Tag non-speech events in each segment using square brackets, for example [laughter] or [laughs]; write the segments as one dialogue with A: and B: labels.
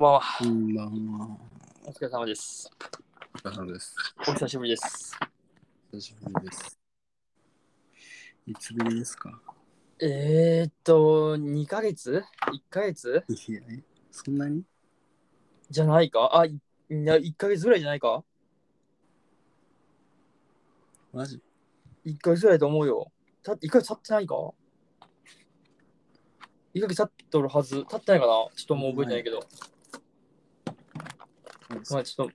A: こんばんは。
B: こんばんは。
A: お疲れ様です。
B: お疲れ様です。
A: お久しぶりです。
B: 久しぶりです。いつぶりですか
A: えー、っと、2ヶ月 ?1 ヶ月
B: いや、えそんなに
A: じゃないかあ、いいや1ヶ月ぐらいじゃないか
B: マジ
A: ?1 ヶ月ぐらいだと思うよ。た1ヶ月経ってないか ?1 ヶ月経っとるはず。経ってないかなちょっともう覚えてないけど。まあちょっと、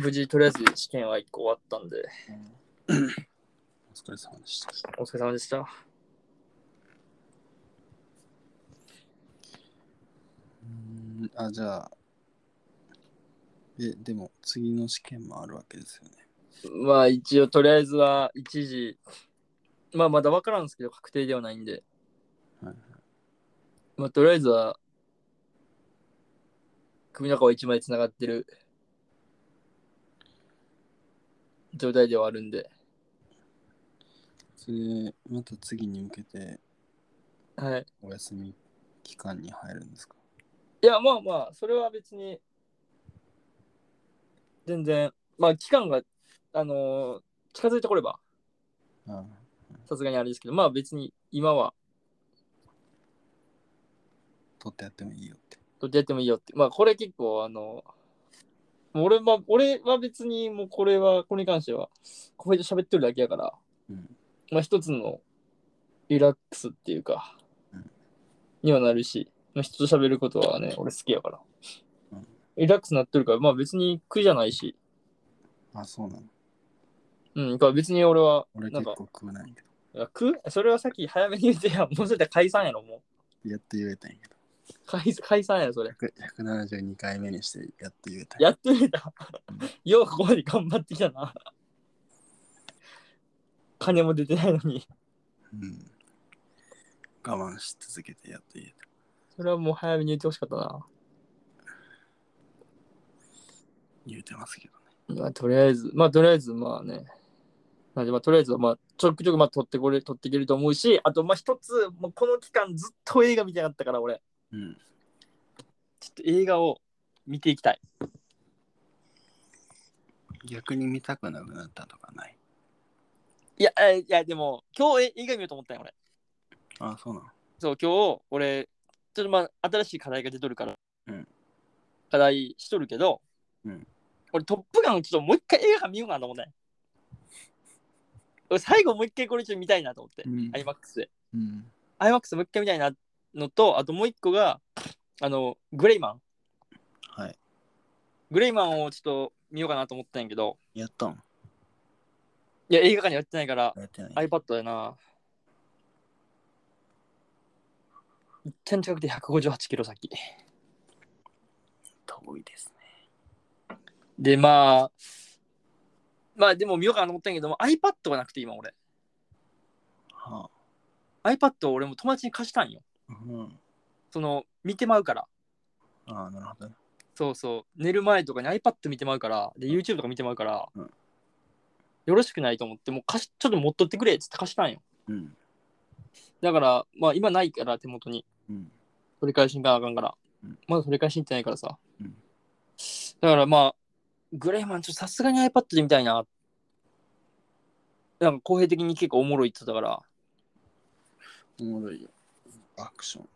A: 無事とりあえず試験は1個終わったんで、
B: お疲れ様でした。
A: お疲れ様でした。
B: うーんあ、じゃあ。え、でも次の試験もあるわけですよね。
A: まあ一応とりあえずは一時、まあまだ分からんですけど確定ではないんで、
B: はいはい
A: まあとりあえずは、首の中は一枚つながってる状態ではあるんで、
B: それ、また次に向けて
A: はい。
B: お休み期間に入るんですか
A: いやまあまあ、それは別に、全然、まあ期間が、あのー近づいてこれば、
B: あ
A: さすがにあれですけど、まあ別に今は
B: 取ってやってもいいよって。
A: どっちやってもいいよって。まあこれ結構あの、俺は俺は別にもうこれは、これに関しては、こうやって喋ってるだけやから、
B: うん。
A: まあ一つのリラックスっていうか
B: うん、
A: にはなるし、まあ、人と喋ることはね、俺好きやから
B: うん。
A: リラックスなってるから、まあ別に苦じゃないし、
B: あ、そうなの。
A: うん、だから別に俺は、
B: 俺
A: なん
B: 結
A: か
B: 構、食わないけど。
A: いや苦それはさっき早めに言ってやん、もうそれだったら解散やろ、も
B: やっと言えたんやけど。
A: う。解解散やろ、それ。
B: 172回目にしてやっと言えたん
A: [laughs]
B: や
A: やってみた。ようここまで頑張ってきたな。金も出てないのに。
B: うん我慢し続けてやっていい。
A: それはもう早めに言ってほしかったな。
B: 言うてますけどね。
A: まあ、とりあえず、まあ、とりあえず、まあね。なんで、まあ、とりあえずは、まあ、ちょくちょく、まあ、取ってこれ、取っていけると思うし、あと、まあ、一つ、もうこの期間ずっと映画見てなかったから、俺。
B: うん。
A: ちょっと映画を見ていきたい。
B: 逆に見たくなくなったとかない。
A: いや、えいや、でも、今日え映画見ようと思ったよ、俺。
B: あそうなの。
A: そう、今日、俺、ちょっとまあ、新しい課題が出とるから、
B: うん
A: 課題しとるけど、
B: うん
A: 俺、トップガンをちょっともう一回映画見ようかなと思って。 [laughs] 俺、最後もう一回これちょっと見たいなと思って、
B: うん
A: アイマックスで。
B: うん。
A: アイマックスもう一回見たいなのと、あともう一個が、あの、グレイマン。
B: はい。
A: グレイマンをちょっと見ようかなと思ったんやけど、
B: やったん
A: いや、映画館にやってないから、
B: やってない。
A: iPad だな。一点近くで158キロ先。
B: 遠いですね。
A: で、まあ、まあでも見ようかなと思ったんやけど、iPad がなくて今俺。
B: は
A: iPad を俺も友達に貸したんよ。
B: あ。うん。
A: その、見てまうから。
B: ああ、なるほどね。
A: そうそう。寝る前とかに iPad 見てまうから、で、YouTube とか見てまうから、
B: うん
A: よろしくないと思って、もう貸し、ちょっと持っとってくれっつって貸したんよ。
B: うん。
A: だから、まあ今ないから手元に。
B: うん。
A: 取り返しに行かなあかんから、
B: うん
A: まだ取り返しに行ってないからさ、
B: うん
A: だからまあグレイマンちょっとさすがに iPad で見たいななんか公平的に結構おもろいって言ってたから
B: おもろいよ。アクション。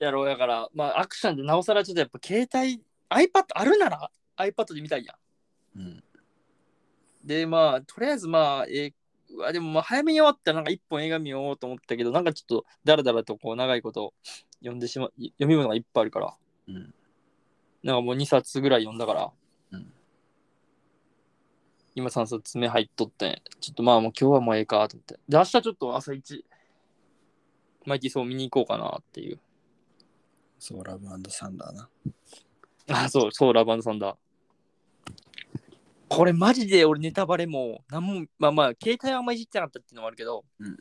A: やろうやからまあアクションでなおさらちょっとやっぱ携帯 iPad あるなら iPad で見たいや
B: うん。
A: んでまあとりあえずまあえーうわでもまあ早めに終わったらなんか一本映画見ようと思ったけどなんかちょっとだらだらとこう長いこと読んでしま読み物がいっぱいあるから
B: うん。
A: なんかもう2冊ぐらい読んだから、
B: うん
A: 今3冊目入っとってん、ちょっとまあもう今日はもうええかと思って。で、明日ちょっと朝一、マイティそう見に行こうかなっていう。
B: そう、ラブサンダーな。
A: あ、そう、そう、ラバンドさんだ。これマジで俺ネタバレも、なんも、まあまあ、携帯はあんまいじってなかったっていうのもあるけど、
B: うん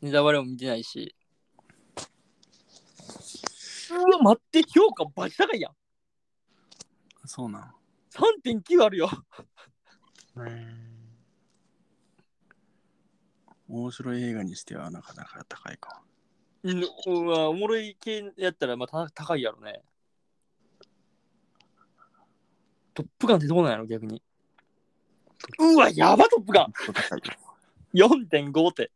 A: ネタバレも見てないし。うわ、待って、評価バチ高いやん。
B: そうな
A: 3.9あるよ。
B: の。面白い映画にしてはなかなか高いか。
A: うん、うわおもろい系やったらまあた高いやろね。トップガンってどうなんやろ、逆に。うわ、やば、トップガン
B: ちょっと高い
A: !4.5 って。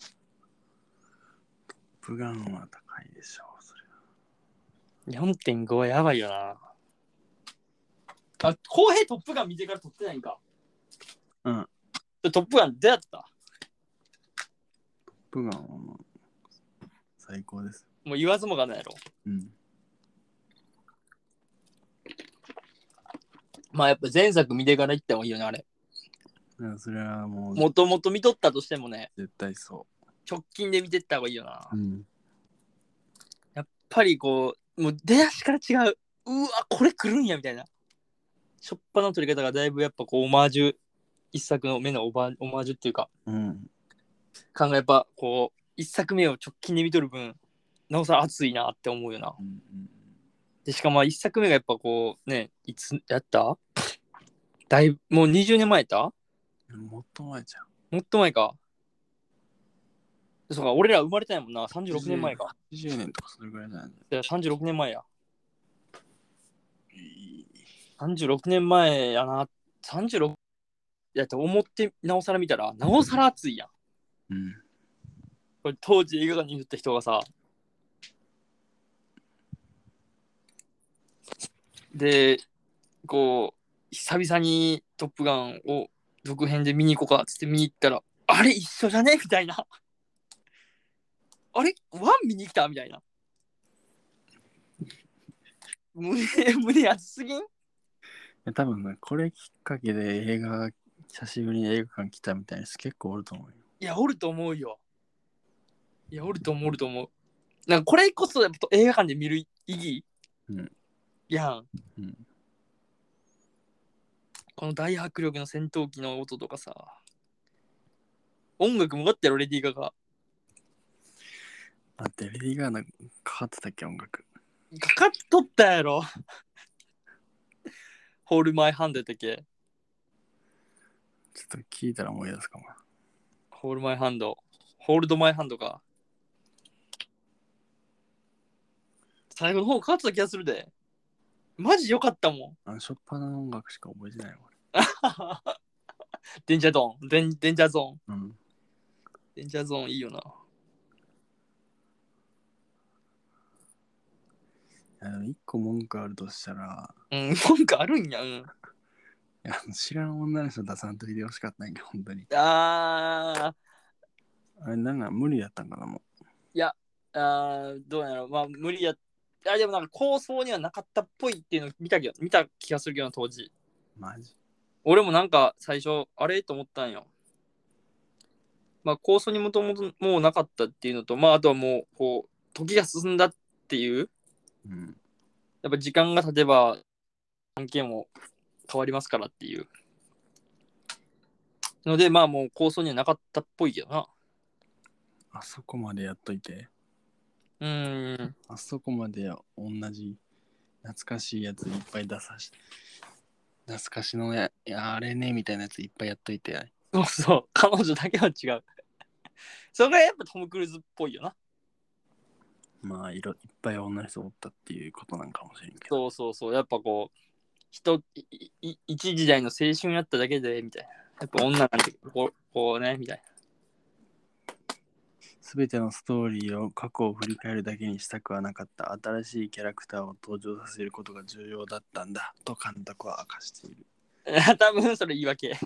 B: トップガンは高いでしょう。それ
A: 4.5やばいよな。あ、公平トップガン見てから撮ってないんか。
B: うん
A: で。トップガン出会った
B: トップガンはもう最高です。
A: もう言わずもがないやろ。
B: うん。
A: まあやっぱ前作見てから行った方がいいよね、あれ。
B: だからそれはもう
A: もともと見とったとしてもね、
B: 絶対そ
A: 直近で見てった方がいいよな。や
B: う。
A: っ
B: うん。
A: ぱりこう、もう出だしから違う。うわ、これ来るんや、みたいな。しょっぱな撮り方がだいぶやっぱこう、オマージュ、一作の目のオバオマージュっていうか、
B: うん。
A: 考えやっぱこう、一作目を直近で見とる分、なおさら熱いなって思うよな。
B: うん
A: で、しかも一作目がやっぱこう、ね、いつやった [laughs] だいぶ、もう20年前やった
B: うん、もっと前じゃん。
A: もっと前か。そうか、俺ら生まれてないもんな。36年前か。
B: 20年とかそれぐらいじゃない
A: いや、36年前や。
B: いい
A: 36年前やな。36やって思って、なおさら見たら、なおさら熱いやん。
B: うん。
A: これ当時映画館にいった人がさ。で、こう、久々にトップガンを続編で見に行こうかっつって見に行ったら、あれ一緒じゃねみたいな。あれワン見に来たみたいな。胸、胸熱すぎん
B: え多分ね、これきっかけで映画、久しぶりに映画館来たみたいな人結構おると思うよ。
A: いや、おると思うよ。いや、おると思う、おると思う。なんかこれこそやっぱ映画館で見る意義、
B: うん
A: やん。
B: うん
A: この大迫力の戦闘機の音とかさ。音楽もかったやろ、レディー・ガガ。
B: あ、デレディーガーナかかってたっけ、音楽。
A: かかっとったやろ。 [laughs] ホール・マイ・ハンドやったっけ
B: ちょっと聞いたら思い出すかも。
A: ホール・マイ・ハンド。ホールド・マイ・ハンドか。最後の方かかってた気がするで。マジ良かったもん。
B: あの、しょっぱなの音楽しか覚えてないわ。
A: デンジャードーン、デンデンジャーゾーン。
B: 俺うん。
A: デンジャーゾーンいいよな。
B: いやでも一個文句あるとしたら、
A: うん、 [laughs] 文句あるんや。うん、
B: いやあの知らん女の人出さんといてほしかったんやけど、本当に。
A: あ
B: あれ、なんか無理だったんかな、も
A: ー、あーどうやろう。まあ、無理や。あでもなんか構想にはなかったっぽいっていうのを見たけど見た気がするけどな当時。
B: う。マジ。
A: 俺もなんか最初、あれと思ったんよ。まあ、構想にもともともうなかったっていうのと、まあ、あとはもう、こう、時が進んだっていう、
B: うん。
A: やっぱ時間が経てば関係も変わりますからっていう。ので、まあもう構想にはなかったっぽいけどな。
B: あそこまでやっといて。
A: うーん。
B: あそこまで同じ懐かしいやついっぱい出さして懐かしのやいやあれねみたいなやついっぱいやっといて
A: そうそう。彼女だけは違う。それがやっぱトム・クルーズっぽいよな。
B: まあいろいっぱい女の人おったっていうことなんかもしれんけど
A: そうそうそう。やっぱこう、人、いい一時代の青春やっただけで、みたいな。やっぱ女なんてこう、こうね、みたいな。
B: 全てのストーリーを過去を振り返るだけにしたくはなかった新しいキャラクターを登場させることが重要だったんだと監督は明かしている
A: [laughs] 多分それ言い訳。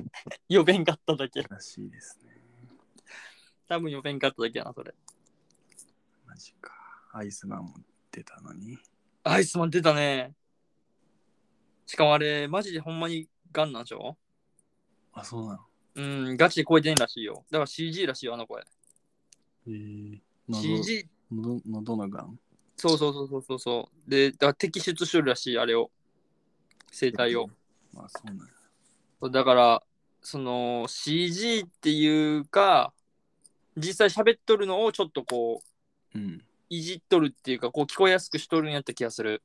A: 呼べんかっただけ。
B: らしいですね
A: 多分呼べんかっただけやな、それ。
B: マジかアイスマンも出たのに
A: アイスマン出たね。しかもあれ、マジでほんまにガンなんでしょ
B: あそうなの
A: うん、ガチで超えてんらしいよ。だから CG らしいよ、あの声。
B: へえ喉
A: CG?
B: 喉喉のがん
A: そうそうそうそうそうそう。で、だから摘出しとるらしい、あれを。生体を。
B: まあそうなんや
A: そうだから、その CG っていうか、実際喋っとるのをちょっとこう、
B: うん
A: いじっとるっていうか、こう聞こえやすくしとるんやった気がする。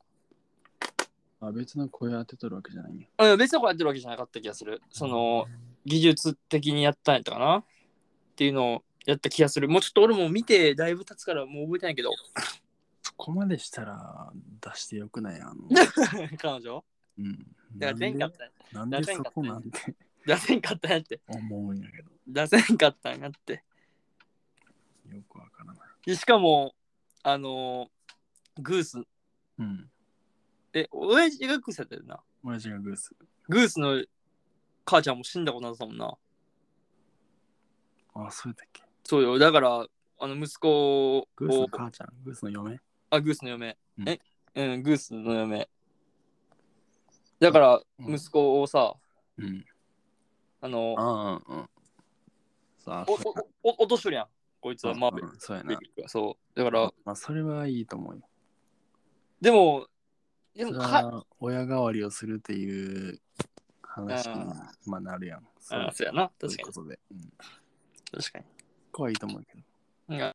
B: あ別の声当てとるわけじゃないんや。
A: うん、別にこうやってるわけじゃなかった気がする。その、技術的にやったんやったかなっていうのをやった気がする。もうちょっと俺も見てだいぶ経つからもう覚えてないけど。 [laughs]
B: そこまでしたら出してよく [laughs] ないあの、
A: 彼女
B: うん。
A: 出せんかったんや
B: なんで
A: 出せん
B: そ
A: かった
B: こなんて
A: 出せんかったんやって
B: 思うんやけど、
A: 出せんかったんやって
B: よくわからない。
A: でしかもあのーグース
B: うん。
A: え親父がグースやったよな
B: 親父がグース。
A: グースの母ちゃんも死んだことなさもんな
B: あ、そうやったっけ
A: そうよだからあの息子を
B: グースの母ちゃん、グースの嫁
A: あ、グースの嫁。
B: うん
A: え、うん、グースの嫁。だから、
B: うん
A: 息子をさ、
B: うん。
A: あの、
B: ああ、うん。さあ、
A: お
B: そうやな
A: おお落としとるやん、こいつは、マーベ
B: うんそうや
A: リッ
B: な。
A: クがそう。だから、
B: まあ、それはいいと思うよ。
A: でも、で
B: そ
A: も
B: れ
A: か、
B: は親代わりをするっていう話に
A: うん
B: まあなるやん。そ
A: あそうやな、
B: そうい
A: 確か
B: うこ
A: に。
B: とで。うん。
A: 確かに。
B: こはいいと思うけど。
A: うん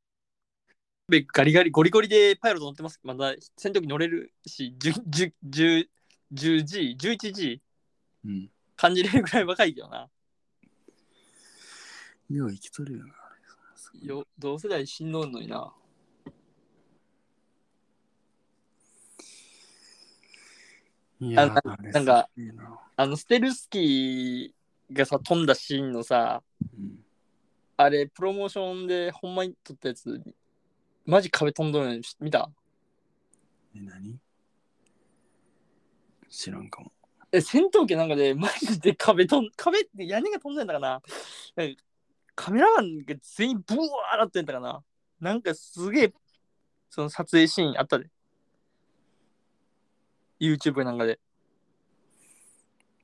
A: でガリガリ、ゴリゴリでパイロット乗ってます。まだ戦闘機乗れるし、10、10、10 10G、11G
B: うん。
A: 感じれるぐらい若いけどな。
B: よう生きとるよな。
A: よ同世代死んどんのにな。
B: いや
A: あ
B: ー、
A: なんか
B: あれすげえな、
A: あの、ステルスキーがさ、飛んだシーンのさ、
B: うん
A: あれ、プロモーションでほんまに撮ったやつ、マジ壁飛んどるのし見た
B: え、何知らんかも。
A: え、戦闘機なんかで、マジで壁飛ん、壁って屋根が飛んでんだかななんかカメラマンが全員ブワーなってんだかななんかすげえ、その撮影シーンあったで。YouTube なんかで。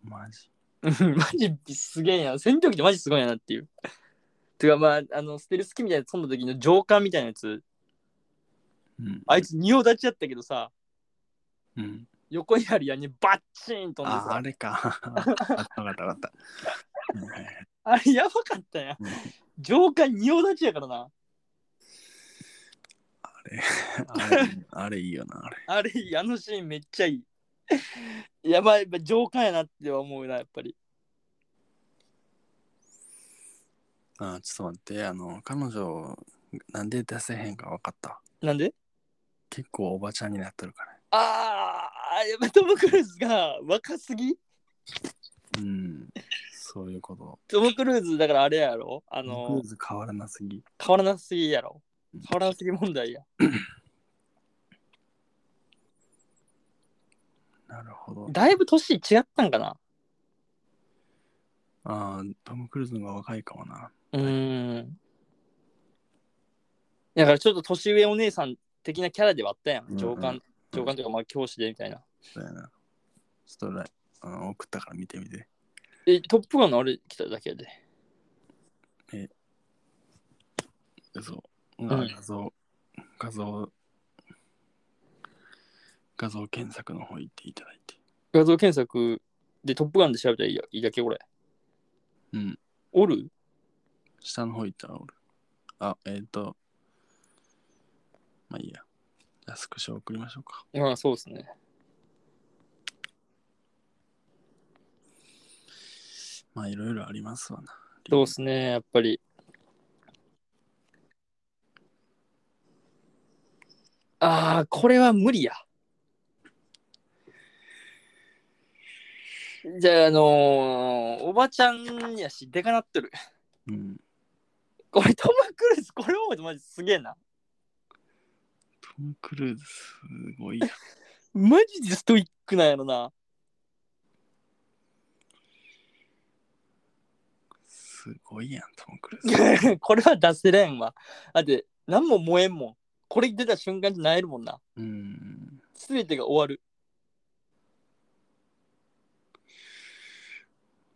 B: マジ。
A: うん [laughs] マジすげえやん。戦闘機ってマジすごいなっていう。てかまあ、あの、ステルス機みたいなやつ飛んだ時の上官みたいなやつ、
B: うん。
A: あいつ仁王立ちやったけどさ、
B: うん、
A: 横にある屋根バッチーン飛んで
B: あ
A: さ、、
B: あれか。あったわかったわ
A: [laughs]
B: かった。うんはいはい
A: あれやばかったやん
B: うん。
A: 上官仁王立ちやからな。
B: あれ、あれいいよな、あれ。
A: あれ、あのシーンめっちゃいい。 [laughs] やばい、やっぱ上官やなっては思うな、やっぱり。
B: あー、ちょっと待って、あの、彼女、なんで出せへんか分かった。
A: なんで
B: 結構おばちゃんになっとるから。
A: ああ、やっぱトム・クルーズが若すぎ
B: うん。そういうこと。
A: トム・クルーズだからあれやろあ
B: あ
A: の
B: クルー、ズ変わらなすぎ。
A: 変わらなすぎやろ
B: うん
A: 変わらなすぎ問題や。
B: なるほど。
A: だいぶ年違ったんかな
B: ああ、トム・クルーズの方が若いかもな。
A: うーん。だからちょっと年上お姉さん的なキャラではあったやん。
B: うんうん
A: 上官、上官というかまあ教師でみたいな。
B: そうやな。ちょっとライあの送ったから見てみて。
A: え、トップガンのあれ来ただけやで。
B: そう。うん画像、画像、画像検索の方行っていただいて。
A: 画像検索でトップガンで調べたらいいやいいだけこれ。
B: うん。
A: おる
B: 下の方行ったらおる。あ、えっ、と、まあいいや。じゃあスクショ送りましょうか。
A: まあそうですね。
B: まあいろいろありますわな。
A: そうですね、やっぱり。ああ、これは無理や。じゃあ、あのーおばちゃんやし、でかなってる。
B: うん。
A: これ、トム・クルーズ、これ思うとマジすげえな。
B: トム・クルーズ、すごいな。
A: マジでストイックなんやろな。 [laughs]
B: すごいやん、トム・クルー
A: [laughs]
B: ズ。
A: これは出せれんわ。だって、何も燃えんもん。これ出た瞬間に萎えるもんな。
B: うん。
A: すべてが終わる。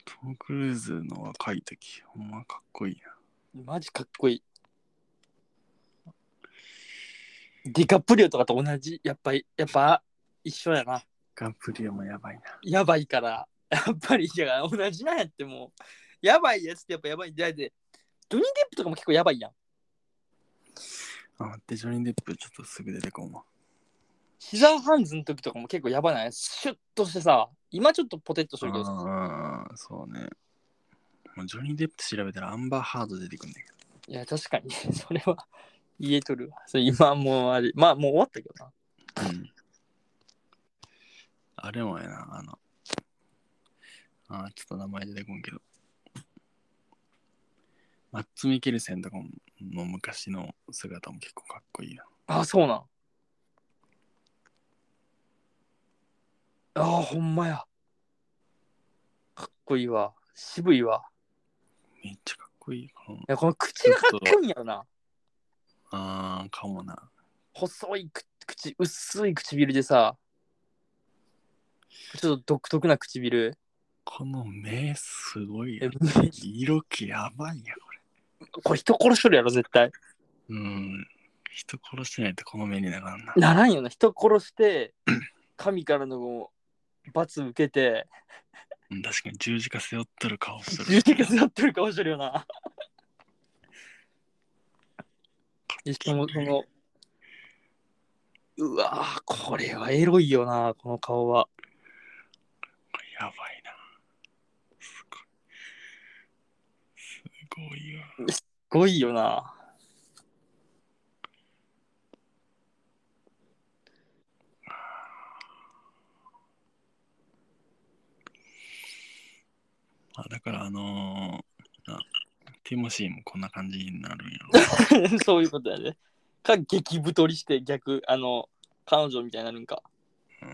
B: トム・クルーズの若い時、ほんまかっこいいな。
A: マジかっこいい。ディカプリオとかと同じ。やっぱり、やっぱ一緒やな。
B: ガンプリオもやばいな。
A: やばいから。やっぱり、いや、同じなんやってもう。やばいやつってやっぱやばいんだって。ドニー・デップとかも結構やばいやん。
B: あ、待って、ジョニー・デップ、ちょっとすぐ出てこんわ。
A: シザーハンズの時とかも結構やばないシュッとしてさ、今ちょっとポテッとしてるけどさ。
B: ああ、そうね。もうジョニー・デップ調べたらアンバー・ハード出てくんだけど。
A: いや、確かに、それは言えとるわ。それ今もうあれ、まあもう終わったけどな。
B: うんあれもやな、あの、あーちょっと名前出てこんけど、マッツ・ミケルセンとかもの昔の姿も結構かっこいいな。
A: あ、そうなん。ああ、ほんまや。かっこいいわ。渋いわ。
B: めっちゃかっこいいかな。
A: いや、この口がかっこいいんやろな。
B: あー、かもな。
A: 細いく口、薄い唇でさ、ちょっと独特な唇。
B: この目すごい
A: え
B: やん。色気やばいやん、こ
A: これ人殺しとるやろ、絶対。
B: れ。うん。人殺してないとこの目にならんな。
A: ならんよな、人殺して、神からの罰受けて、
B: うん確かに十字架背負っとる顔する。
A: 十字架座ってる顔してるよ [laughs] な。でしかも、その、うわぁ、これはエロいよな、この顔は。
B: やばいな。すごい。すごいわ。
A: すごいよな。
B: あ、だからあのーな、ティモシーもこんな感じになるんやろ。
A: [laughs] そういうことやね。か、激太りして逆、あの、彼女みたいになるんか。
B: う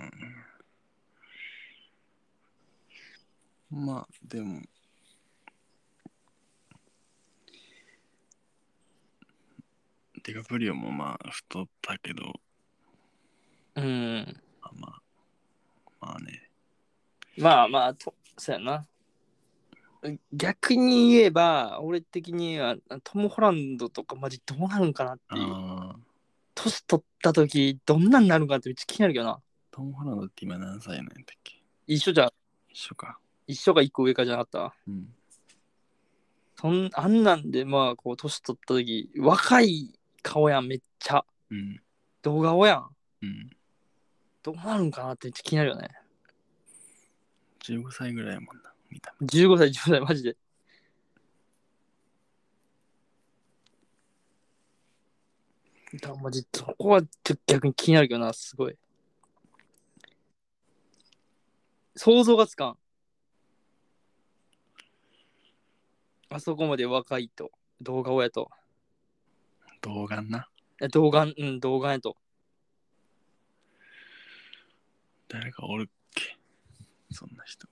B: ん、まあ、でも。ディカプリオもまあ太ったけど、
A: うん。
B: あまあ、まあね。
A: まあまあ、とそうやな。逆に言えば、俺的にはトム・ホランドとかマジどうなるんかなっていう。
B: ああ、
A: 年取った時どんなんなるんかなってめっちゃ気になるけどな。
B: トム・ホランドって今何歳なんやったっけ
A: 一緒じゃ、
B: 一緒か。
A: 一緒が一個上かじゃなかった。
B: うん。
A: そんあんなんで、まあ、こう、年取った時、若い顔やん、めっちゃ。
B: うん。
A: 動画をやん。
B: うん。
A: どうなるんかなってめっちゃ気になるよね。
B: 15歳ぐらいやもんな、見た目。
A: 15歳、10歳、マジで。だマジそこはちょっと逆に気になるけどな、すごい。想像がつかん。あそこまで若いと、動画をやと。
B: 動画な。
A: え動画、うん、動画やと。
B: 誰かおるっけそんな人。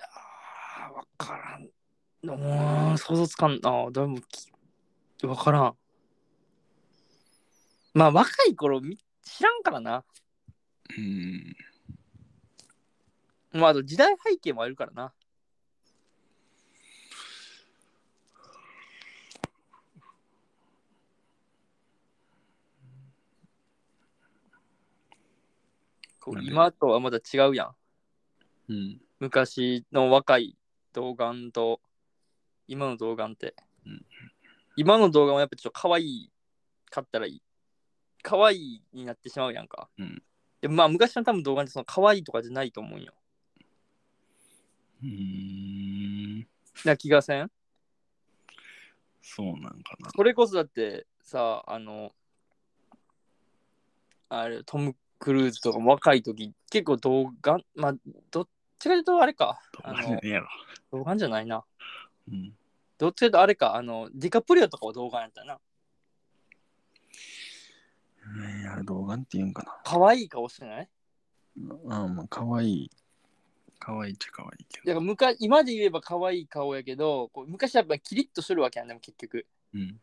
A: ああ、わからん。もう、想像つかんな。誰もき、わからん。まあ、若い頃み知らんからな。
B: うん。
A: まあ、あと時代背景もあるからな。こう
B: なんで
A: 今とはまた違うやん。
B: うん。
A: 昔の若い動画と今の動画って、
B: うん
A: 今の動画もやっぱちょっと可愛いかったらいい可愛いになってしまうやんか、
B: うん
A: でもまあ昔の多分動画ってその可愛いとかじゃないと思うんよ
B: うん。
A: な気がせん
B: そうなんかな。
A: それこそだってさあのあれトム・クルーズとかも若い時結構動画まあどっちかというとあれかあ
B: 動画じ
A: の
B: ゃねえやろ。
A: 動画じゃないな
B: うん。
A: どっちかというとあれかあのディカプリオとかは動画やったよない
B: や、動画って言うんかな。
A: 可愛い顔してない
B: ああ、まあ、かわいい。かわいいっちゃかわいいけ
A: だ
B: ど。
A: からむか今で言えば可愛い顔やけどこう昔はやっぱキリッとするわけやんでも結局
B: うん。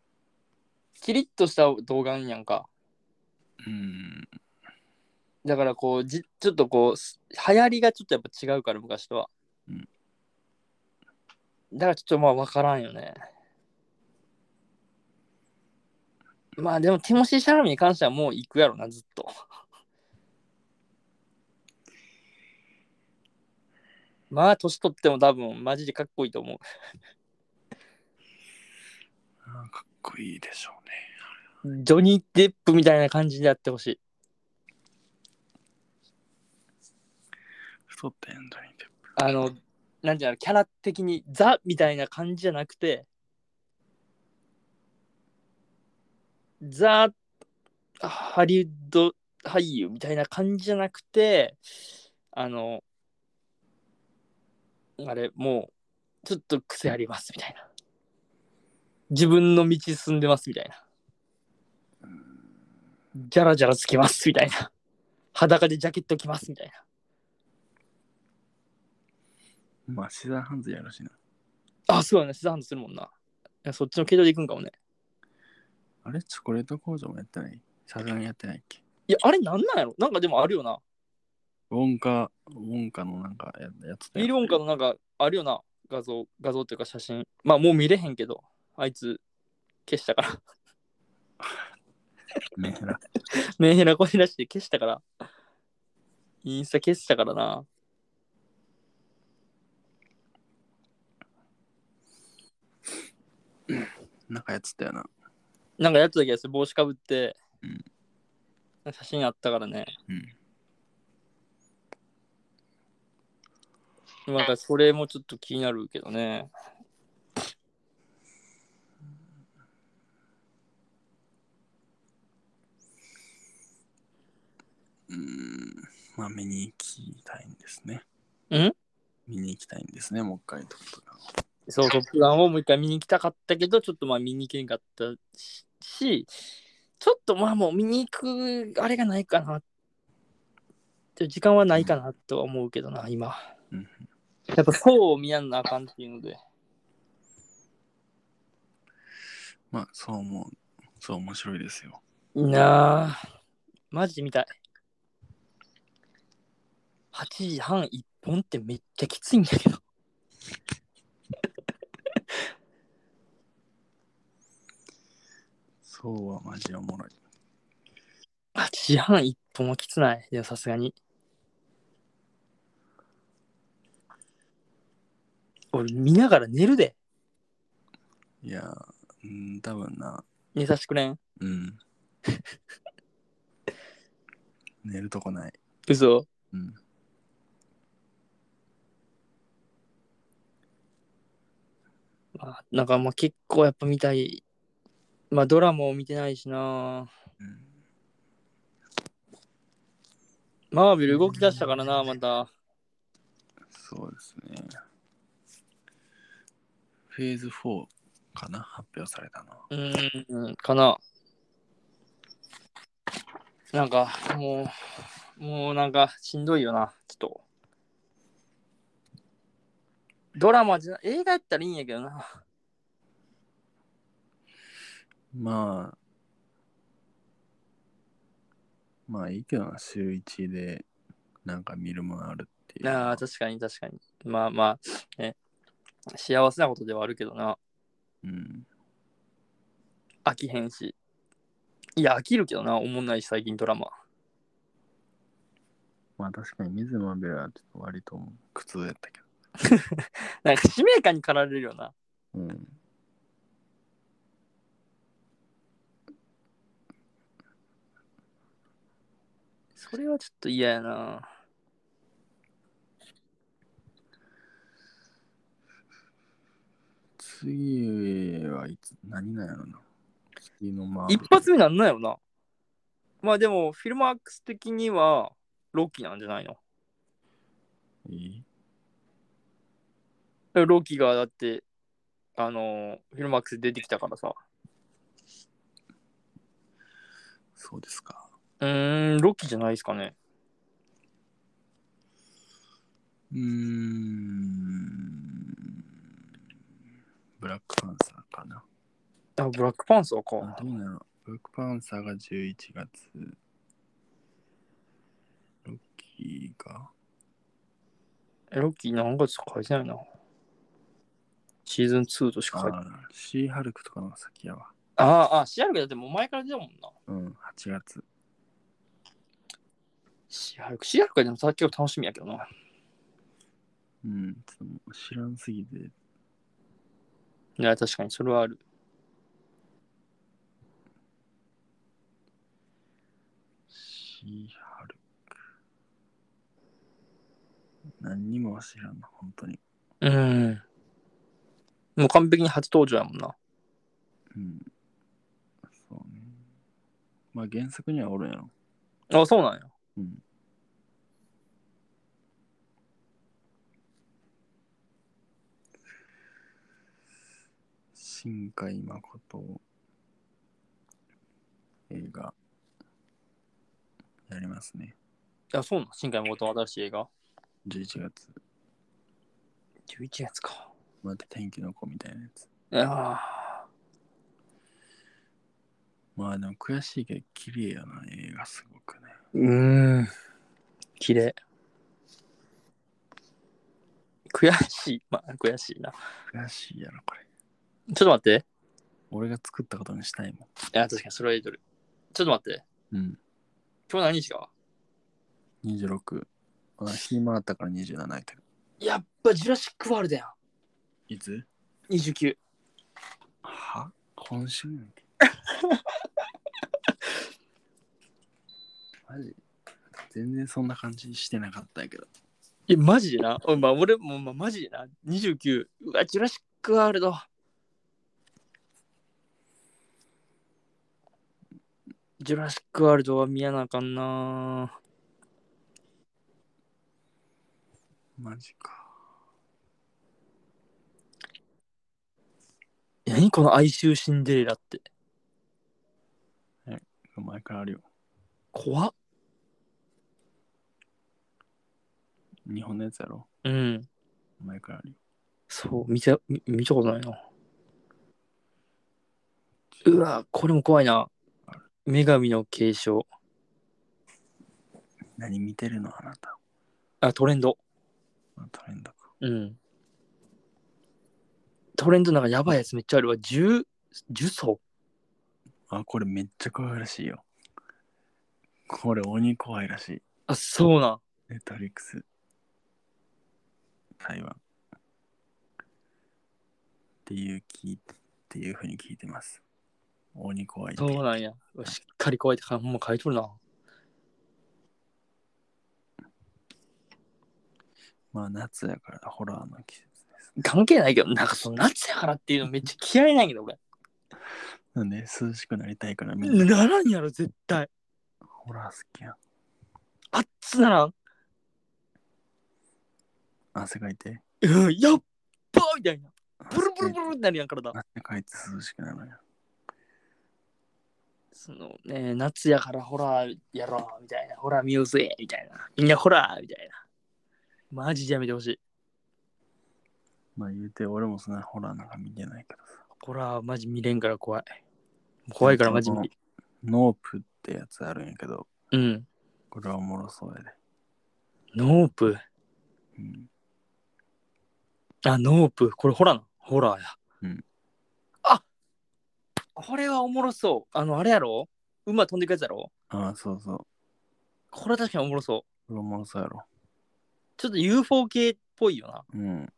A: キリッとした動画やんか
B: うん。
A: だからこうじちょっとこうす流行りがちょっとやっぱ違うから昔とは、
B: うん
A: だからちょっとまあ分からんよねまあでもティモシー・シャラミに関してはもう行くやろなずっ
B: [laughs]
A: とまあ年取っても多分マジでかっこいいと思う
B: ああかっこいいでしょうね。
A: ジョニー・デップみたいな感じでやってほしい。
B: 太ったやん、ジョニーデップ。
A: あの、なんていうの、キャラ的にザみたいな感じじゃなくて、ザ・ハリウッド俳優みたいな感じじゃなくて、あの、あれ、もう、ちょっと癖ありますみたいな。自分の道進んでますみたいな。じゃらじゃらつきますみたいな。裸でジャケット着ますみたいな。
B: まあ、シザーハンズやろしな。
A: あ、そうだね。シザーハンドするもんな。いやそっちの系統で行くんかもね。
B: あれチョコレート工場もやってないさすがにやってないっけ
A: いや、あれなんなんやろなんかでもあるよな。
B: ウォンカ、ウォンカのなんかややつだよ
A: ミルオンカのなんかあるよな。画像、画像っていうか写真。まあもう見れへんけど、あいつ消したから。 [laughs]
B: メンヘラ。
A: メンヘラ声出して消したから。インスタ消したからな。
B: なんかやつだよな。
A: なんかやつだけです帽子かぶって
B: うん。
A: 写真あったからね。
B: うん。
A: なんかそれもちょっと気になるけどね。
B: うーん。まあ、見に行きたいんですね。
A: ん
B: 見に行きたいんですね、もう一回と
A: そう、トップガンをもう一回見に行きたかったけど、ちょっとまあ見に行けんかったし、しちょっとまあもう見に行くあれがないかな。って時間はないかなとは思うけどな、今
B: うん。
A: やっぱそうを見やんなあかんっていうので。
B: まあ、そう思う。そう、面白いですよ。
A: いいなあマジで見たい。8時半1本ってめっちゃきついんだけど。
B: そうはマジおもろい。
A: 8時半1本はきつない。でもさすがに。俺見ながら寝るで。
B: いやー、うん、多分な。
A: 寝さしてくれん。
B: うん。寝るとこない。
A: 嘘。
B: うん。
A: まあ、なんかまあ結構やっぱ見たい。まあドラマを見てないしな。
B: うん
A: マーベル動き出したからな、また。
B: そうですね。フェーズ4かな発表されたのは。
A: うーん、かな。なんか、もう、もうなんか、しんどいよな、ちょっと。ドラマじゃな、映画やったらいいんやけどな。 [laughs]
B: まあ、まあいいけどな、週1でなんか見るものあるっていう。
A: ああ、確かに確かに。まあまあ、ね、幸せなことではあるけどな。
B: うん。
A: 飽きへんし。いや、飽きるけどな、おもんないし、最近ドラマ。
B: まあ確かに水間ベラはちょっと割と苦痛やったけ
A: なんか、使命感に駆られるよな。
B: ど。うん。
A: それはちょっと嫌やな。
B: 次はいつ、何なんやろな。次のまあ、
A: 一発目なんなんやろな。まあでも、フィルマークス的には、ロッキーなんじゃないの
B: いい
A: ロッキーがだって、あのーフィルマークスで出てきたからさ。
B: そうですか。
A: うーん、ロッキーじゃないですかね。
B: うーん。ブラックパンサーかな。
A: あ、ブラックパンサー
B: あ
A: か。
B: どうなのブラックパンサーが11月。ロッキーが。
A: えロッキー何月か書いてないな。シーズン2としか書いてない。
B: あシーハルクとかの先やわ。
A: あーあ、シアルクだってもう前から出たもんな。
B: うん、8月。
A: シアルク、シアルクはでもさっきは楽しみやけどな。
B: うん、ちょっともう知らんすぎて。
A: いや、確かにそれはある。
B: シーハルク。何にも知らんの、本当に。
A: うん。もう完璧に初登場やもんな。
B: うん。そうね。まあ原作にはおるんやろ。
A: あ、そうなんや。
B: うん。新海誠映画やりますね。
A: いや、そうなん。新海誠の新しい映画。
B: 11月。
A: 11月か。
B: また天気の子みたいなやつ。
A: いやー
B: まあでも悔しいけど綺麗やな映画すごくね。
A: うーん。綺麗。悔しい。まあ、悔しいな。ち
B: 悔しいやろこれ。
A: ょっと待って。
B: 俺が作ったことにしたいも
A: いや、確かにそれは言うとる。ちょっと待って。
B: ん。うん。
A: 今日何日か
B: 26。あ暇あったから27やけど。
A: やっぱジュラシックワールドや
B: いつ
A: ん。29。
B: は今週やんけ。 [laughs] マジ全然そんな感じしてなかったんやけど。
A: え、マジでな。おまあ、俺も、まあ、マジでな。29。うわ、ジュラシックワールド。ジュラシックワールドは見やなあかんなあ
B: マジか。
A: え何この哀愁シンデレラって。
B: 前からあるよ。
A: 怖っ。
B: 日本のやつやろ
A: うん。
B: 前からあるよ。
A: そう、見た、見見たことないな。うわ、これも怖いな。女神の継承。
B: 何見てるのあなた。
A: あ、トレンド。
B: あトレンドか。
A: うん。トレンドなんかやばいやつめっちゃあるわ。10、10層
B: あ、これめっちゃ怖いらしいよ。これ鬼怖いらしい。
A: あ、そうなん。
B: ネットフリックス。台湾。っていう聞いて、っていうふうに聞いてます。鬼怖いって。
A: そうなんや。うわしっかり怖いってか、ほんま書いとるな。
B: まあ夏やからホラーの季節です。
A: 関係ないけど、なんかその夏やからっていうのめっちゃ嫌いなんやけど、俺。
B: なんで涼しくなりたいからみんな
A: ならんやろ、絶対。
B: ホラー好きやん。
A: あっつならん。
B: 汗かいて。
A: うん、やっばーみたいな。ブ
B: 汗
A: ルブ
B: か
A: ル
B: い
A: ブ
B: て
A: ルってなるやん、体。
B: 汗かいて涼しくなるのよ。
A: そのね、夏やからホラーやろうみたいな、ホラー見ようぜみたいな、みんなホラーみたいな。マジでやめてほしい。
B: まあ言うて俺もそんなホラーなんか見てないけどさ。
A: ホラーマジ見れんから怖い。怖いからマジ見れ
B: ノープってやつあるんやけど、
A: ん。うん。
B: これはおもろそうやで。
A: ノープ。
B: うん。
A: あ、ノープ。これホラーな。ホラーや。
B: うん。
A: あこれはおもろそう。あの、あれやろ馬飛んでくやつやろ
B: ああ、そうそう。
A: これは確かにおもろそう。
B: これおもろそうやろ。
A: ちょっと UFO 系っぽいよな。
B: うん。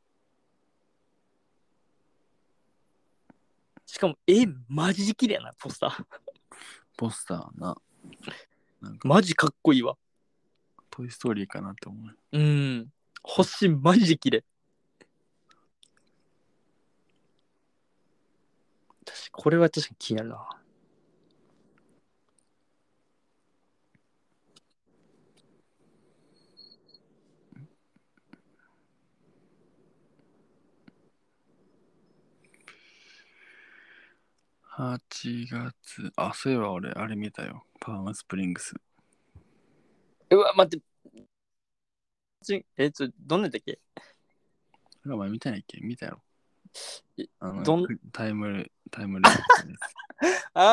A: しかも、え、マジで綺麗やな、ポスター。
B: ポスターな。なんか
A: マジかっこいいわ。
B: トイ・ストーリーかなって思う。
A: うん。星マジで綺麗。確かこれは確かに気になるな。
B: 8月。あ、そういえば俺、あれ見たよ。パーマスプリングス。
A: うわ、待って。ちえ、ちょ、どんなんだっけ
B: なんか前見たないっけ見たよ
A: え。
B: あの
A: どん
B: タイムル、タイムループです。
A: ああ、ああ、あ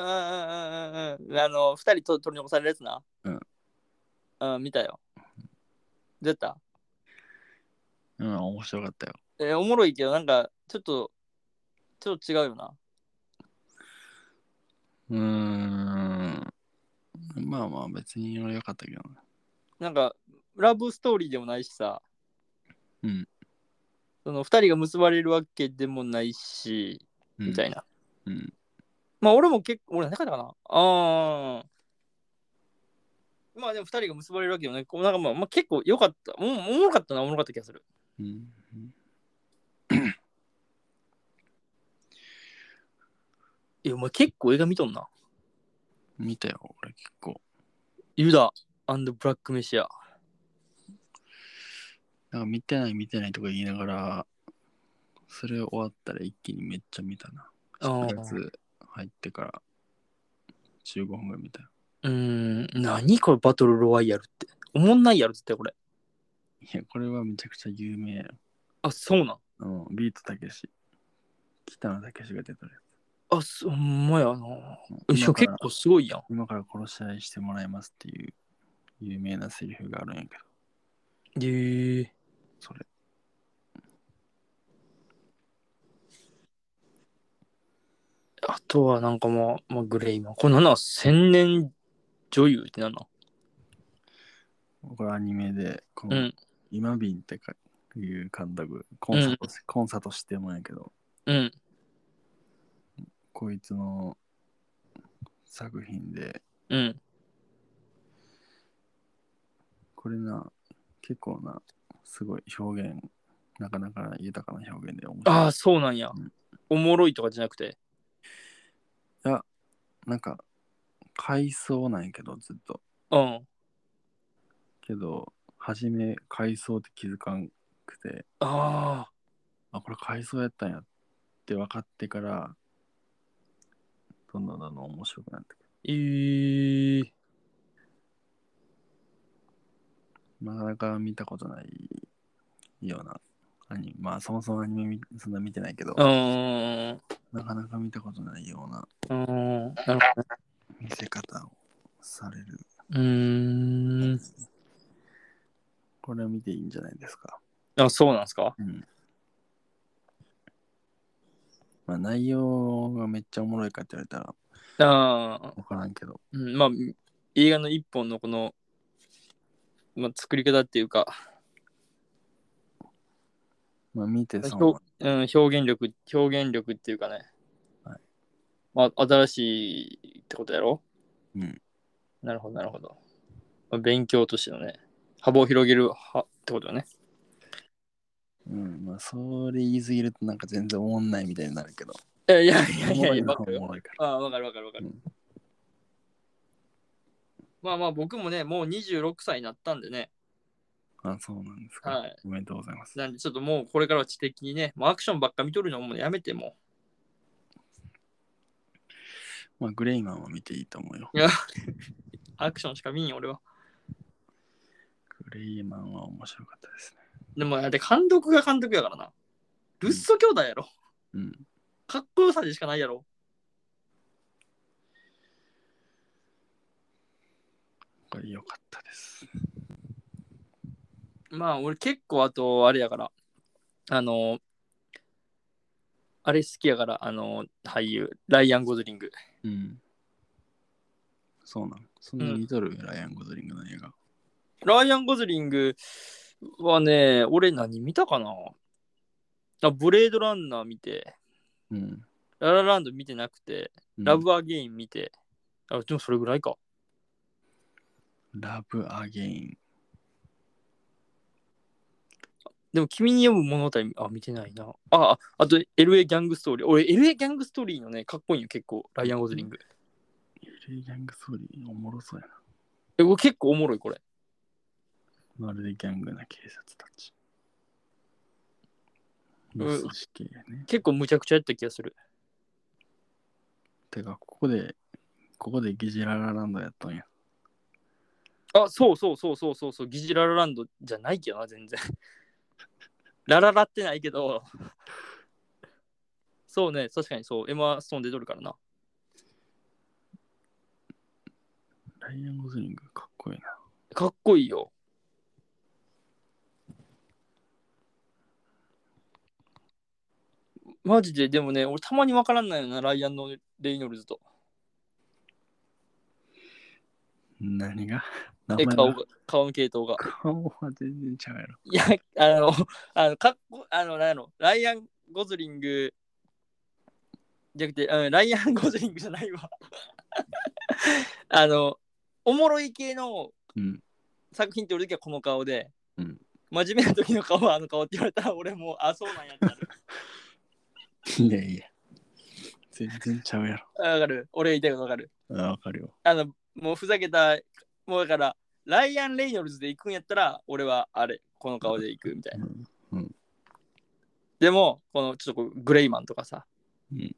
A: あ、ああ、あの、二人と取り残されるやつな。
B: うん。
A: あ見たよ。どうやった
B: うん、面白かったよ。
A: えおもろいけど、なんか、ちょっと、ちょっと違うよな。
B: うーん。まあまあ、別に俺良かったけどね。
A: なんか、ラブストーリーでもないしさ。
B: うん。
A: その、二人が結ばれるわけでもないし、
B: うん
A: みたいな。
B: うん。
A: まあ俺も結構、俺なかったかな。ああ。まあでも2人が結ばれるわけでもない。こうなんかまあ、まあ、結構良かった。おもおもろかったな、おもろかった気がする。
B: うん。
A: いや、お前結構映画見とんな。
B: 見たよ、俺結構。
A: ユダブラックメシア。
B: なんか見てない見てないとか言いながら、それ終わったら一気にめっちゃ見たな。
A: あー
B: 7月入ってから15分ぐらい見たよ。
A: うーん、何これバトルロワイヤルって。おもんないやろ、絶対これ。
B: いや、これはめちゃくちゃ有名やろ
A: あ、そうなん。
B: うん、ビートたけし。北野たけしが出てるや
A: あ、そほんまやな。
B: つ。
A: しかも結
B: 今から
A: 構すごいやん。
B: 今から殺し合いしてもらいますっていう有名なセリフがあるんやけど、
A: えー、
B: それ。
A: あとはなんかまあ、まあ、グレイマン。これなんなん千年女優ってなんなん
B: これアニメで、こ
A: う
B: の
A: ん
B: 今瓶ってかいう監督、コンサート、コンサートしてもんやけど、
A: うん。
B: こいつの作品で、
A: うん。
B: これな、結構な、すごい表現、なかなか豊かな表現で面
A: あ
B: 白
A: あ、
B: い。
A: そうなんや
B: うん。
A: おもろいとかじゃなくて。
B: なんか、回想なんやけど、ずっと。
A: うん。
B: けど、初め、回想って気づかんくて、
A: ああ。
B: あ、これ回想やったんやって分かってから、どんどんどんどん面白くなってくる。
A: えー、
B: なかなか見たことないようなアニメ。まあ、そもそもアニメみそんな見てないけど、
A: うん。
B: なかなか見たことないような
A: うん。なるほど
B: 見せ方をされる。
A: うーん。
B: これは見ていいんじゃないですか。
A: あ、そうなんすか
B: うん。まあ、内容がめっちゃおもろいかって言われたら
A: ああ。
B: 分からんけど、
A: うん、まあ映画の一本のこの、まあ、作り方っていうか、
B: まあ、見て
A: 表
B: その
A: うん、表現力表現力っていうかね、
B: はい
A: まあ、新しいってことやろ
B: うん
A: なるほどなるほど、まあ、勉強としてのね幅を広げるはってことだね
B: うん、まあ、それ言い過ぎるとなんか全然おもんないみたいになるけど。
A: いやいや [laughs] いやいやいや
B: おもろ
A: わかる
B: い
A: よ
B: のはおもろいから。
A: ああわかるわかるわかる、
B: うん
A: まあまあ僕もねもう26歳になったんでね
B: あ、そうなんですか。
A: はい
B: おめでとうございます。
A: なんでちょっともうこれからは知的にねもうアクションばっか見とるのもうやめてもう
B: まあ、グレイマンは見ていいと思うよ。
A: いやアクションしか見んよ俺は
B: グレイマンは面白かったですね。
A: でもだって監督が監督やからなルッソ兄弟やろ
B: うん。
A: かっこよさでしかないやろ
B: これ良かったです。
A: まあ俺結構あとあれやからあのあれ好きやからあの俳優ライアン・ゴズリング
B: うん。そうなん。そんなに似とる、ライアン・ゴズリングの映画。
A: ライアン・ゴズリングはね俺何見たかなあブレードランナー見て
B: うん。
A: ララランド見てなくてラ
B: うん
A: ブ・アゲイン見て、あでもそれぐらいか
B: ラブ・アゲイン。
A: でも、君に読む物語、あ、見てないな。あ、あと、LA ギャングストーリー。俺、LA ギャングストーリーのね、かっこいいよ、結構、ライアン・ゴズリング。
B: レイ・ギャング・ソーリー、おもろそうやな。
A: え、これ結構おもろい、これ。
B: まるでギャングな警察たち。
A: ん
B: の組織やね。
A: 結構むちゃくちゃやった気がする。
B: てか、ここで、ここでギジララランドやったんや。
A: あ、そうそうそうそうそうそう、ギジララランドじゃないけどな、全然。 [laughs] ラララってないけど。そうね、確かにそう、エマ・ストーン出とるからな。
B: ライアン・ゴズリング、かっこいいな。
A: かっこいいよ。マジで、でもね、俺たまにわからんないよな、ライアンのレイノルズと。
B: 何が [laughs] 名
A: え、
B: 前
A: 顔
B: が
A: が、顔の系統が。
B: 顔は全然ちゃうやろ。 [laughs]
A: いや、あの、 [laughs] あの、かっこ、あの、なんやろ、ライアン・ゴズリング、じゃなくて、うん、ライアン・ゴズリングじゃないわ。 [laughs] あの、おもろい系の
B: うん。
A: 作品って俺だけはこの顔で、
B: うん
A: 真面目な時の顔はあの顔って言われたら、俺もう、あ、そうなんやってな [laughs] る。
B: いやいや。全然ちゃうやろ。
A: わかる。俺言いたいことわかる。
B: うんわかるよ。
A: あの、もうふざけた、もうだから、ライアン・レイノルズで行くんやったら、俺はあれ、この顔で行くみたいな。でも、このちょっとこうグレイマンとかさ、
B: うん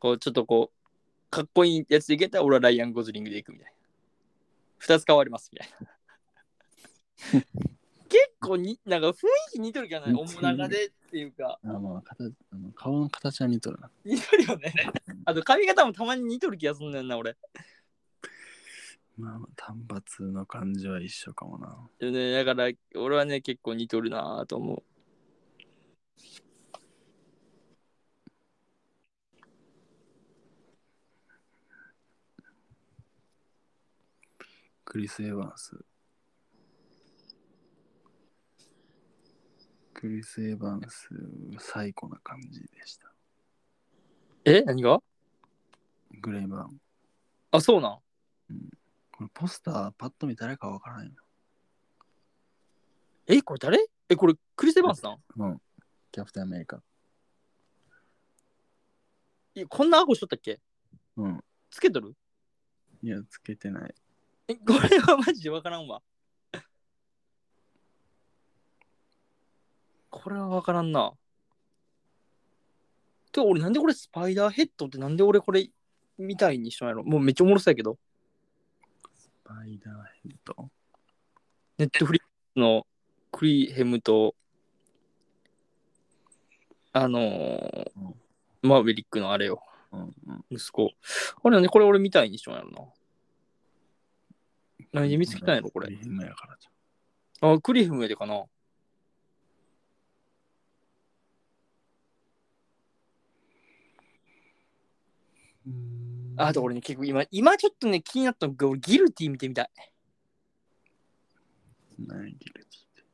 A: こうちょっとこう、かっこいいやつで行けたら、俺はライアン・ゴズリングで行くみたいな。二つ変わりますみたいな。 [laughs] 結構に、なんか雰囲気似とるけどね、面長でっていうか、
B: あまあ、形あの顔の形は似とるな。
A: 似とるよね。あと髪型もたまに似とる気がすんねんな、俺。
B: まあまあ、単発の感じは一緒かもな。
A: よね、だから俺はね結構似とるなぁと思う。
B: クリス・エヴァンス。クリス・エヴァンス、最高な感じでした。
A: え何が
B: グレイバーン。
A: あそうなん
B: これポスター、パッと見誰かわからないな。
A: えこれ誰えこれクリス・エヴァンスなん
B: うん。キャプテンアメリカ。
A: いやこんな顎しとったっけ
B: うん。
A: つけとる
B: いや、つけてない。
A: えこれはマジでわからんわ。 [laughs] これはわからんな。てか俺なんでこれスパイダーヘッドってなんで俺これみたいにしたんやろもうめっちゃおもろそうやけど。
B: スパイダーヘッド。
A: ネットフリックスのクリヘムと、あのー
B: うん
A: マーヴェリックのあれよ、
B: うんうん。
A: 息子。あれね、これ俺みたいにしとんやろな。何で見つけたんやろ、これ。
B: 変なやからじ
A: あ、クリヘムやでかな。
B: ゃん。
A: あと俺ね、結構今、今ちょっとね、気になったのが、俺ギルティ見てみたい。
B: 何ギルティって。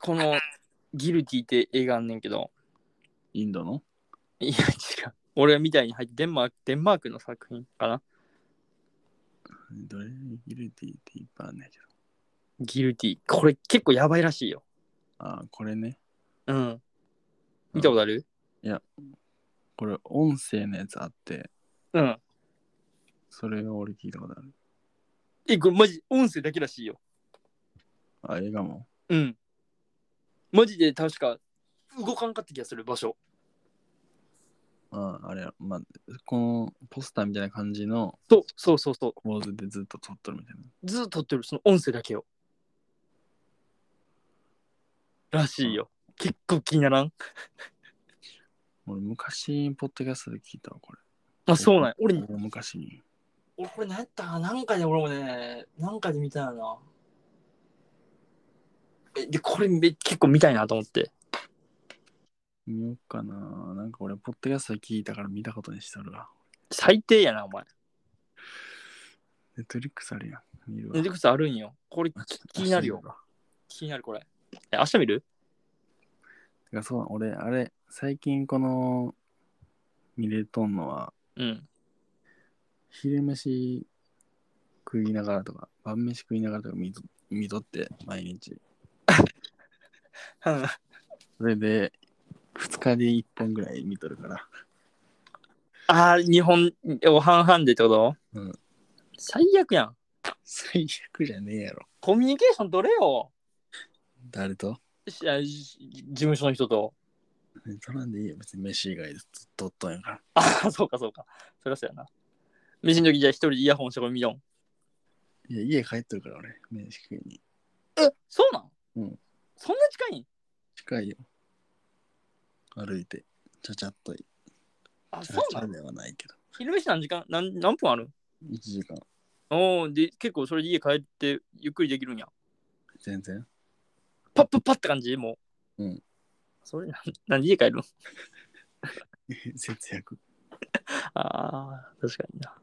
A: この、ギルティって映画あんねんけど、
B: インドの
A: いや、違う。俺みたいに入って、デンマーク、デンマークの作品かな。
B: どれギルティっていっぱいあんねんけど。
A: ギルティ。これ結構やばいらしいよ。
B: ああ、これね。
A: うん。見たことある
B: これ音声のやつあって、
A: うん。
B: それを俺聞いたことある。
A: え、これマジ音声だけらしいよ。
B: あ、映画も。
A: うん。マジで確か動かんかった気がする場所。
B: ああ、あれや、まあ、このポスターみたいな感じの
A: そうそうそうそ
B: 構図でずっと撮っとるみたいな。
A: う。ずっと撮ってるその音声だけを。らしいよ。結構気にならん
B: 俺昔、ポッドキャストで聞いたわ、これ。
A: あ、そうなんや。俺、
B: 大昔に。
A: 俺これ何やったかななんかで俺もね、なんかで見たよな。え、で、これめ結構見たいなと思って。
B: 見ようかな。なんか俺、ポッドキャストで聞いたから見たことにしとるわ。
A: 最低やな、お前。
B: ネットリックスあるやん。見るわ
A: ネッ。トリックスあるんよ。これ
B: あ
A: 気になるよ。気になるこれ。え、明日見る
B: てかそう、俺、あれ、最近この、見れとんのは、
A: うん。
B: 昼飯食いながらとか、晩飯食いながらとか見と見とって、毎日。それで、2日で1本ぐらい見とるから。
A: [laughs] ああ、日本を半々でってこと
B: うん
A: 最悪やん。
B: 最悪じゃねえやろ。
A: コミュニケーション取れよ。
B: 誰と [laughs]
A: しあし事務所の人と。
B: そんなんでいいよ。別に飯以外でずっとおっとんやから。
A: ああ、そうかそうか。そりゃそうやな。飯の時じゃあ一人でイヤホンしてこれ見よ
B: いや、家帰っとるから俺、飯食いに。
A: うえ、そうなん
B: うん。
A: そんな近いん
B: 近いよ。歩いて、ちゃちゃっと。
A: あ、
B: ち
A: そ
B: ゃ
A: う
B: ち
A: な
B: ゃ
A: ん
B: ではないけど。
A: 昼飯何時間何何分ある
B: 1時間、
A: おおで、結構それで家帰ってゆっくりできるんや。
B: 全然。 [laughs]
A: パッパッパって感じもう。
B: うん。
A: それな何時家帰るの
B: 節約。
A: ああ、確かにな。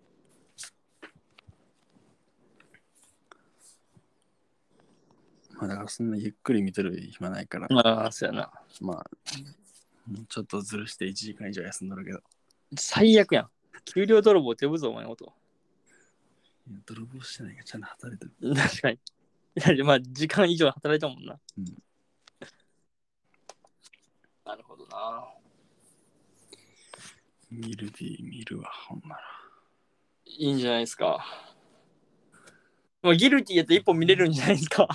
B: まあだからそんなゆっくり見てる暇ないから、
A: まあ、そうやな。
B: まあ、もうちょっとずるして1時間以上休んどるけど、
A: 最悪やん。給料泥棒って呼ぶぞ、お前のこと。
B: いや泥棒してないからちゃんと働いてる。
A: 確かに。いやでまあ、時間以上働いたもんな。
B: うん
A: なるほどな。
B: 見るで見るわ、ほんなら。
A: いいんじゃないですか。まあ、ギルティやったら1本見れるんじゃないですか。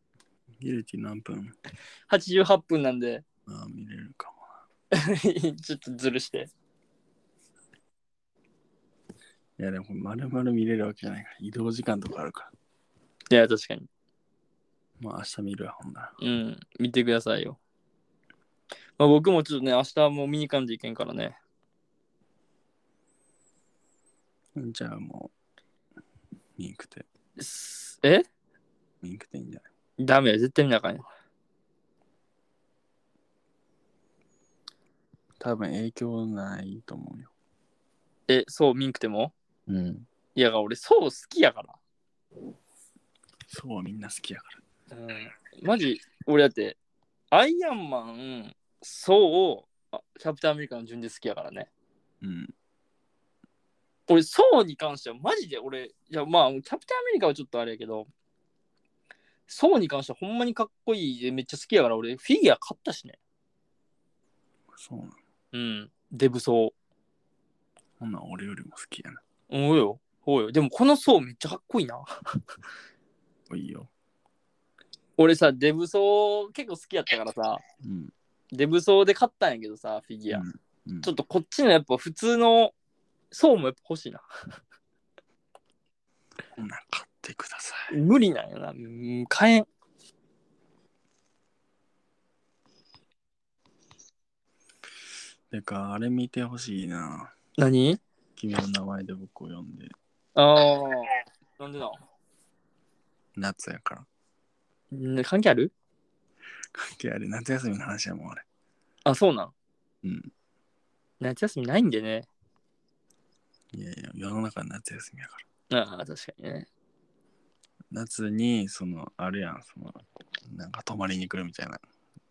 A: [laughs]
B: ギルティ何分
A: 88分なんで、 [laughs]
B: ああ、見れるかも。
A: ちょっとずるして。
B: いや、でも、まるまる見れるわけじゃないから、移動時間とかあるから。
A: いや、確かに。
B: まあ、明日見るわ、ほんなら。
A: うん、見てくださいよ。まあ、僕もちょっとね、明日もう見に行かんでいけんからね。
B: じゃあもう、ミンクて、
A: すえ
B: ミンクていいんじゃない
A: ダメよ、絶対見なあかんよ。
B: 多分影響ないと思うよ。
A: え、そう、ミンクても
B: うん。
A: いや、俺、そう好きやから。
B: そう、みんな好きやから。
A: うん、マジ、俺だって、アイアンマン、そう、あキャプテンアメリカの順で好きやからね。
B: うん。
A: 俺、そうに関しては、マジで俺、いや、まあ、キャプテンアメリカはちょっとあれやけど、そうに関しては、ほんまにかっこいいで、めっちゃ好きやから、俺、フィギュア買ったしね。
B: そうなの。
A: うん、デブ層。
B: ほんなん俺よりも好きやな。
A: おうよ、おうよ。でも、この層めっちゃかっこいいな。
B: いいよ。
A: 俺さ、デブ層結構好きやったからさ、
B: うん。
A: デブ層で買ったんやけどさ、フィギュア。
B: うん、
A: ちょっとこっちのやっぱ普通の層もやっぱ欲しいな。
B: ほんなん買ってください。
A: 無理なんよな。うん買えん。
B: てか、あれ見てほしいな。
A: 何
B: 君の名前で僕を呼んで、
A: ああ。なんでな。
B: 夏やから。
A: ね関係ある
B: 関係あれ、夏休みの話やもん、あれ。
A: あ、そうなん。
B: うん。
A: 夏休みないんでね。
B: いやいや、世の中夏休みやから。
A: ああ、確かにね。
B: 夏に、その、あれやん、その、なんか泊まりに来るみたいな。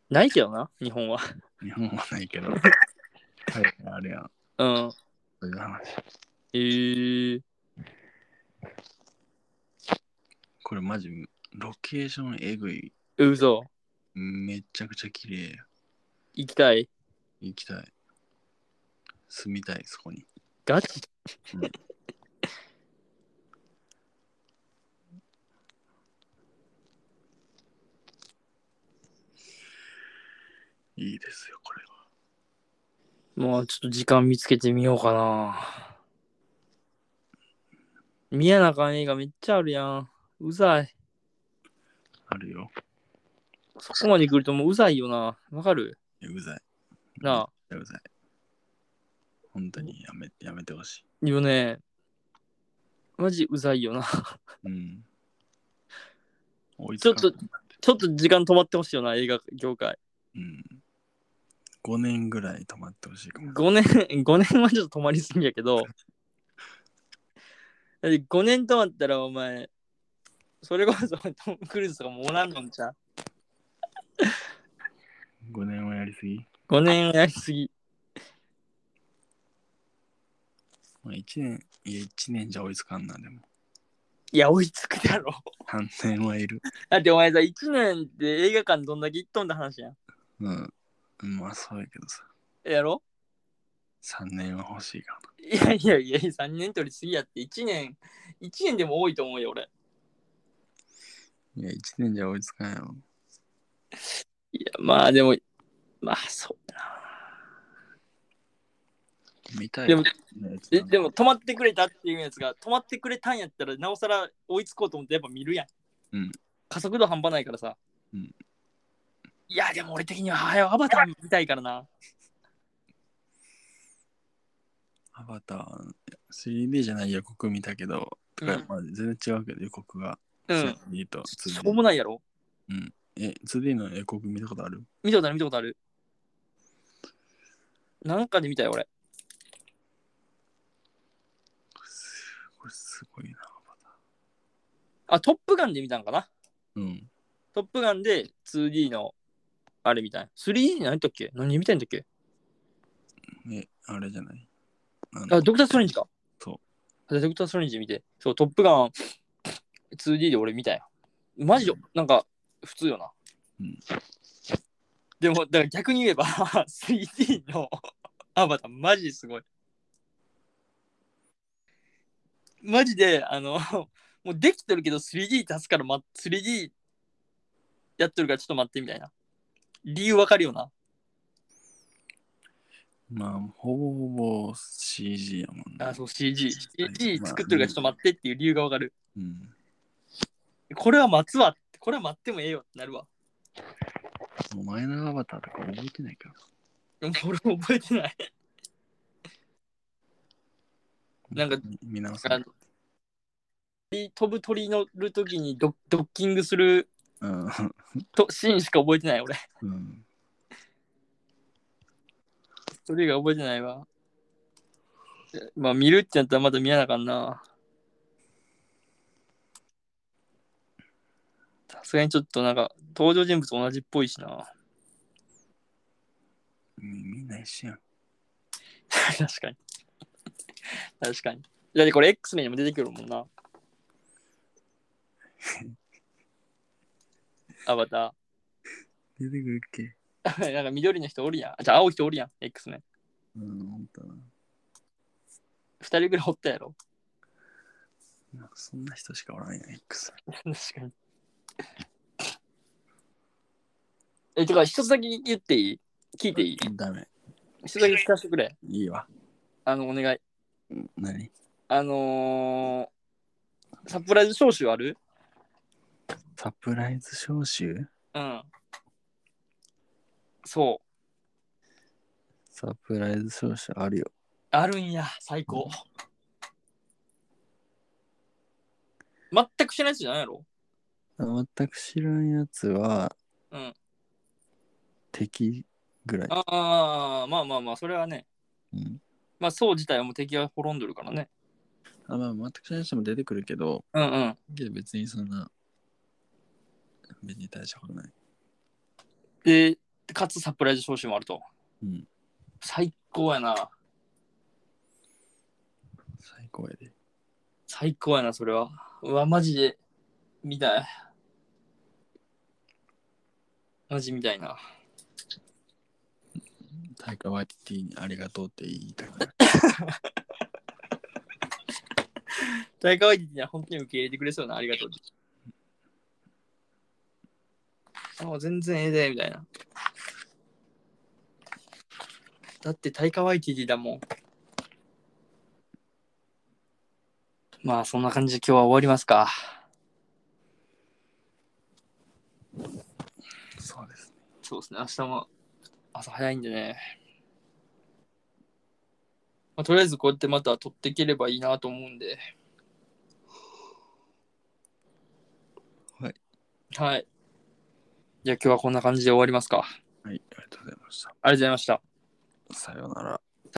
A: ないけどな、日本は。
B: 日本はないけど。はい、あれやん。
A: うん。
B: そういう話。
A: えー、
B: これマジ、ロケーションえぐい。
A: 嘘。
B: めっちゃくちゃ綺麗や。
A: 行きたい。
B: 行きたい。住みたい、そこに。
A: ガチ
B: いいですよ、これは。
A: もうちょっと時間見つけてみようかな。宮中映画めっちゃあるやん。うざい。
B: あるよ。
A: そこまで来るともううざいよな。わかる
B: いやうざい。
A: なあ。
B: めっちゃうざい。本当にやめやめてほしい。
A: よね。マジうざいよな。
B: うん。追い
A: ちょ
B: つ
A: っ
B: か
A: と
B: ん、
A: ちょっと時間止まってほしいよな、映画業界。
B: うん。5年ぐらい止まってほしいかも。
A: 5年、5年 [laughs] はちょっと止まりすぎやけ [laughs] ど、だって5年止まったらお前、それこそトム・クルーズとかもおらんのんちゃう
B: 5年はやりすぎ、
A: ?5 年やりすぎ。
B: まあ、?1 年、いや、1年じゃ追いつかんな、でも。
A: いや、追いつくだろ。
B: 3年はいる。 [laughs]
A: だってお前さ、1年で映画館どんだけ行っとんだ話や
B: うん。まあ、そうやけどさ。
A: ん。やろ
B: 3年は欲しいか
A: いやいやいや、3年取りすぎやって、1年、1年でも多いと思うよ、俺。
B: な。いや、1年じゃ追いつかんやろ。
A: いや、まあでも、まあそうだな。
B: 見たい。
A: でも、え
B: え、
A: でも止まってくれたっていうやつが止まってくれたんやったらなおさら追いつこうと思ってやっぱ見るやん、
B: うん
A: 加速度半端ないからさ、
B: うん
A: いやでも俺的には早うアバター見たいからな
B: アバター、3D じゃない予告見たけど、とか
A: うん
B: まあ、全然違うけど、予告が。
A: うん、
B: 3D と
A: し
B: 2D。
A: ょうもないやろ
B: え、2D の予告見たことある
A: 見たことある見たことあるなんかで見たよ俺
B: これすごいな。
A: あトップガンで見たんかな
B: うん。
A: トップガンで 2D のあれみたいな 3D 何やったっけ何見たいんだっけ
B: え、あれじゃないあの
A: あドクター・ストレンジか
B: そう
A: ドクター・ストレンジ見てそうトップガン 2D で俺見たよマジよなんか普通よな、
B: うん
A: でもだから逆に言えば [laughs] 3D のアバターマジすごいマジで、あの、もうできてるけど 3D 足すから、ま、3D やってるからちょっと待ってみたいな。理由わかるよな。
B: まあ、ほぼほぼ CG やもんな。
A: あ、そう、CG。CG 作ってるからちょっと待ってっていう理由がわかる。
B: うん。
A: これは待つわって。これは待ってもええよってなるわ。 [laughs]
B: お前のアバターとか覚えてないから。
A: でも俺も覚えてない。なんか、
B: 見直す。
A: あの飛ぶ鳥乗るときにドドッキングする
B: うん。
A: とシーンしか覚えてない俺。
B: うん。
A: それが覚えてないわ。えまあ見るってなったらまた見やなあかんな。さすがにちょっとなんか登場人物同じっぽいしな。
B: みんな一緒やん。
A: [laughs] 確かに。確かに。だってこれ X メンにも出てくるもん [laughs] な。アバタ
B: 出てくるっけ
A: ー。 [laughs] なんか緑の人おるやん。あじゃあ青い人おるやん。X メン。
B: うん、ほんとな。
A: 二人ぐらいおったやろ。
B: なんかそんな人しかおらんやん、X。
A: [laughs] 確かに。え、てか、一つだけ言っていい聞いていい
B: ダメ。
A: 一つだけ聞かせてくれ。
B: いいわ。
A: あの、お願い。
B: 何
A: あのー、サプライズ招集ある
B: サプライズ招集
A: うん。そう。
B: サプライズ招集あるよ。
A: あるんや、最高。全く知らないやつじゃないやろ
B: 全く知らんやつは、
A: うん。
B: 敵ぐらい。
A: ああ、まあまあまあ、それはね。
B: うん。
A: まあ、そう自体はもう敵は滅んどるからね。
B: あまあ、全く知らん人も出てくるけど、
A: うんうん。
B: けど別にそんな、別に大したことない。
A: で、かつサプライズ招集もあると。
B: うん。
A: 最高やな。
B: 最高やで。
A: 最高やな、それは。うわ、マジで、見たい。マジ見たいな。
B: タイカワイティにありがとうって言いたくない。
A: 大会には本当に受け入れてくれそうな、ありがとうって。もう全然ええで、みたいな。だって、タイカワイティティだもん。まあ、そんな感じで今日は終わりますか。
B: そうですね。
A: そうですね、明日も朝早いんでね。まあ、とりあえずこうやってまた取っていければいいなと思うんで。
B: はい。
A: はい。じゃあ今日はこんな感じで終わりますか。
B: はい、ありがとうございました。
A: ありがとうございました。
B: さようなら。